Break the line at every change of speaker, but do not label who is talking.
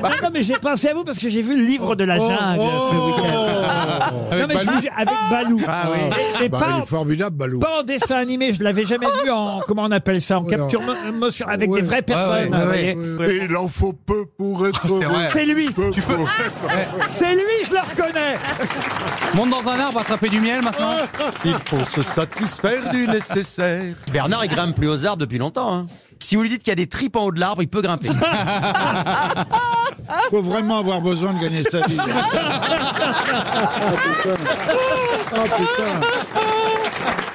Bah, non, mais j'ai pensé à vous parce que j'ai vu le livre de la jungle
Oh,
ce week-end.
Oh, Avec
non, mais je
Balou.
vous jure, avec Balou.
Ah oui.
Et, et
Ah, Bah,
pas,
il est formidable, Balou.
pas en dessin animé, je l'avais jamais vu en, comment on appelle ça, en
Ouais,
capture mo- euh, motion, avec
Ouais.
des vraies personnes.
ouais,
vous
ouais.
voyez.
Et il en faut peu pour être
Oh, C'est vrai.
heureux.
C'est lui,
Peu
Tu peux-
pour-
c'est lui, je le reconnais.
Monte dans un arbre, attraper du miel maintenant.
Il faut se satisfaire du nécessaire.
Bernard, il grimpe plus aux arbres depuis longtemps. hein. Si vous lui dites qu'il y a des tripes en haut de l'arbre, il peut grimper.
faut vraiment avoir besoin de gagner sa vie. oh putain. Oh, putain.